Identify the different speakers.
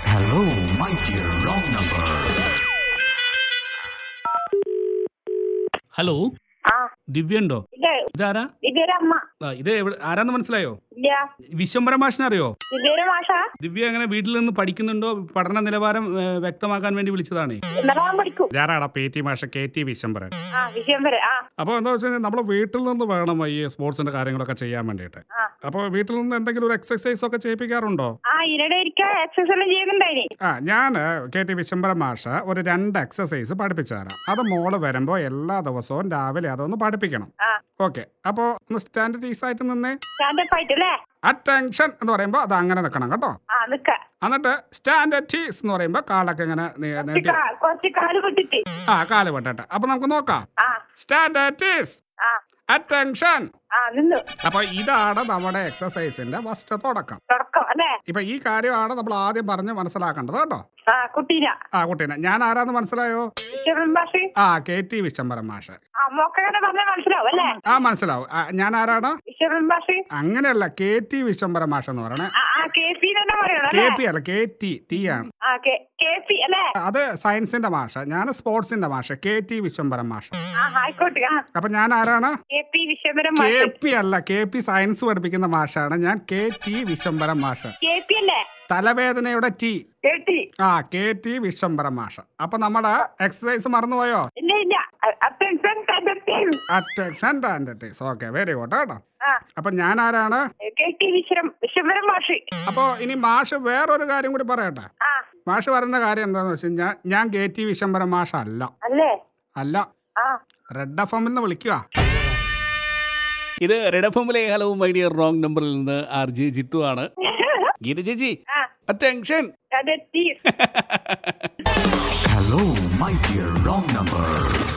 Speaker 1: Hello, my dear wrong number.
Speaker 2: Hello
Speaker 3: ആ
Speaker 2: ദിവ്യുണ്ടോ
Speaker 3: ഇതേ
Speaker 2: ഇതാരാ
Speaker 3: ദിവ്യയുടെ അമ്മ
Speaker 2: ആ, ഇത് എവിടെ ആരാന്ന് മനസ്സിലായോ
Speaker 3: ഇല്ല
Speaker 2: വിശ്വംബര മാഷിനറിയോ
Speaker 3: ദിവ്യയുടെ മാഷ
Speaker 2: ദിവ്യ എങ്ങനെ വീട്ടിൽ നിന്ന് പഠിക്കുന്നുണ്ടോ പഠന നിലവാരം ഏ, വ്യക്തമാക്കാൻ വേണ്ടി വിളിച്ചതാണ്
Speaker 3: എന്നതാൻ പഠിക്കൂ
Speaker 2: ഇതാരാടാ പി ടി മാഷ കെ ടി വിശ്വംബരൻ
Speaker 3: ആ വിഷയം വരെ ആ
Speaker 2: അപ്പോൾ എന്താ വെച്ച് കഴിഞ്ഞാൽ നമ്മുടെ വീട്ടിൽ നിന്ന് വേണം ഈ സ്പോർട്സിന്റെ കാര്യങ്ങളൊക്കെ ചെയ്യാൻ വേണ്ടിയിട്ട്
Speaker 3: ആ.
Speaker 2: അപ്പോൾ വീട്ടിൽ നിന്ന് എന്തെങ്കിലും ഒരു എക്സസൈസ് ഒക്കെ ചെയ്യിപ്പിക്കാറുണ്ടോ
Speaker 3: ആ ഇതിനിടെ ഇരിക്കാ എക്സസൈസ് എല്ലാം ചെയ്യുന്നുണ്ടായിനി
Speaker 2: ആ ഞാൻ കെ ടി വിശ്വംബര മാഷ ഒരു രണ്ട് എക്സസൈസ് പഠിപ്പിച്ചു തരാം അത് മോള് വരുമ്പോൾ എല്ലാ ദിവസവും രാവിലെ അതൊന്ന് പഠിപ്പിക്കണം
Speaker 3: ആ.
Speaker 2: ഓക്കെ അപ്പോൾ ഒന്ന് സ്റ്റാൻഡേർഡൈസ് ആയിട്ട് നിന്നേ
Speaker 3: സ്റ്റാൻഡപ്പ് ആയിട്ട് അല്ലേ
Speaker 2: അറ്റൻഷൻ എന്ന് പറയുമ്പോൾ അത് അങ്ങനെ നിൽക്കണം കേട്ടോ
Speaker 3: ആ നിക്ക
Speaker 2: എന്നിട്ട് സ്റ്റാൻഡേർഡ് ടീസ് എന്ന് പറയുമ്പോൾ കാലൊക്കെ ഇങ്ങനെ നീ-
Speaker 3: കുറച്ച്
Speaker 2: നീട്ടി
Speaker 3: കാ- കുറച്ച് കാല് പൊട്ടിട്ട്
Speaker 2: ആ കാല് പെട്ടട്ടെ അപ്പൊ നമുക്ക് നോക്കാം
Speaker 3: ആ
Speaker 2: സ്റ്റാൻഡേർഡ് ടീസ്
Speaker 3: ആ
Speaker 2: അറ്റൻഷൻ
Speaker 3: ആ നിന്നു
Speaker 2: അപ്പൊ ഇതാണ് നമ്മുടെ എക്സസൈസിന്റെ ഫസ്റ്റ് തുടക്കം
Speaker 3: തുടക്കം അല്ലേ
Speaker 2: ഇപ്പൊ ഈ കാര്യമാണ് നമ്മൾ ആദ്യം പറഞ്ഞ് മനസ്സിലാക്കേണ്ടത് കേട്ടോ
Speaker 3: ആ കുട്ടീന
Speaker 2: ആ കുട്ടീനെ ഞാൻ ആരാന്ന് മനസ്സിലായോ
Speaker 3: വിശ്വം മാഷ്
Speaker 2: ആ കെ ടി വിശംബരം മാഷ്
Speaker 3: ആ മോക്കങ്ങനെ പറഞ്ഞാൽ മനസ്സിലാവും അല്ലേ
Speaker 2: ആ മനസ്സിലാവും ആ, ഞാൻ ആരാണ്
Speaker 3: വിശ്വം മാഷ്
Speaker 2: അങ്ങനെയല്ല കെ ടി വിശംബരം മാഷ് എന്ന് പറയണേ
Speaker 3: ആ ആ കെ പി തന്നെ പറയണം
Speaker 2: കെ
Speaker 3: അല്ലേ
Speaker 2: പി അല്ല കെ ടി ടി ആണ്
Speaker 3: ആ കെ കെ പി അല്ലേ
Speaker 2: അത് സയൻസിന്റെ ഭാഷ ഞാൻ സ്പോർട്സിന്റെ ഭാഷ കെ ടി വിശ്വംബരം ഭാഷ
Speaker 3: ആ ആയിക്കോട്ടെ ആ
Speaker 2: അപ്പൊ ഞാൻ ആരാണ്
Speaker 3: കെ പി വിശ്വംബരം
Speaker 2: കെ
Speaker 3: മാഷ്
Speaker 2: പി അല്ല കെ പി സയൻസ് പഠിപ്പിക്കുന്ന ഭാഷയാണ് ഞാൻ കെ ടി വിശ്വംബരം ഭാഷ
Speaker 3: കെ പി അല്ലേ
Speaker 2: തലവേദനയുടെ ടി
Speaker 3: കെ ടി
Speaker 2: ആ കെ ടി വിശ്വംബരം ഭാഷ അപ്പൊ നമ്മുടെ എക്സസൈസ് മറന്നുപോയോ
Speaker 3: ഇല്ല ഇല്ല അറ്റൻഷൻ കണ്ടെത്തി
Speaker 2: അറ്റൻഷൻ ടാൻഡറ്റീസ് ഓക്കെ വെരി ഗുഡ് കേട്ടോ
Speaker 3: ആ.
Speaker 2: അപ്പൊ ഞാൻ ആരാണ്
Speaker 3: കെ ടി വിശ്വം വിശ്വംബരം മാഷ്
Speaker 2: അപ്പോ ഇനി മാഷ് വേറൊരു കാര്യം കൂടി പറയട്ടെ
Speaker 3: ആ
Speaker 2: മാഷ് പറയുന്ന കാര്യം എന്താന്ന് വെച്ച് കഴിഞ്ഞാൽ ഞാൻ കെ ടി വിശ്വംബരം മാഷ് അല്ല
Speaker 3: അല്ലേ
Speaker 2: അല്ല
Speaker 3: ആ
Speaker 2: റെഡ് എഫ് എമ്മിൽ നിന്ന് വിളിക്കുക
Speaker 4: ഇത് റെഡ് എഫ് എമ്മിലെ ഹലോ മൈ ഡിയർ റോങ് നമ്പറിൽ നിന്ന് ആർ ജെ ജിത്തു ആണ് ഗീത ചേച്ചി
Speaker 3: ആ
Speaker 4: അറ്റൻഷൻ
Speaker 3: കണ്ടെത്തി
Speaker 1: Hello, my dear wrong number.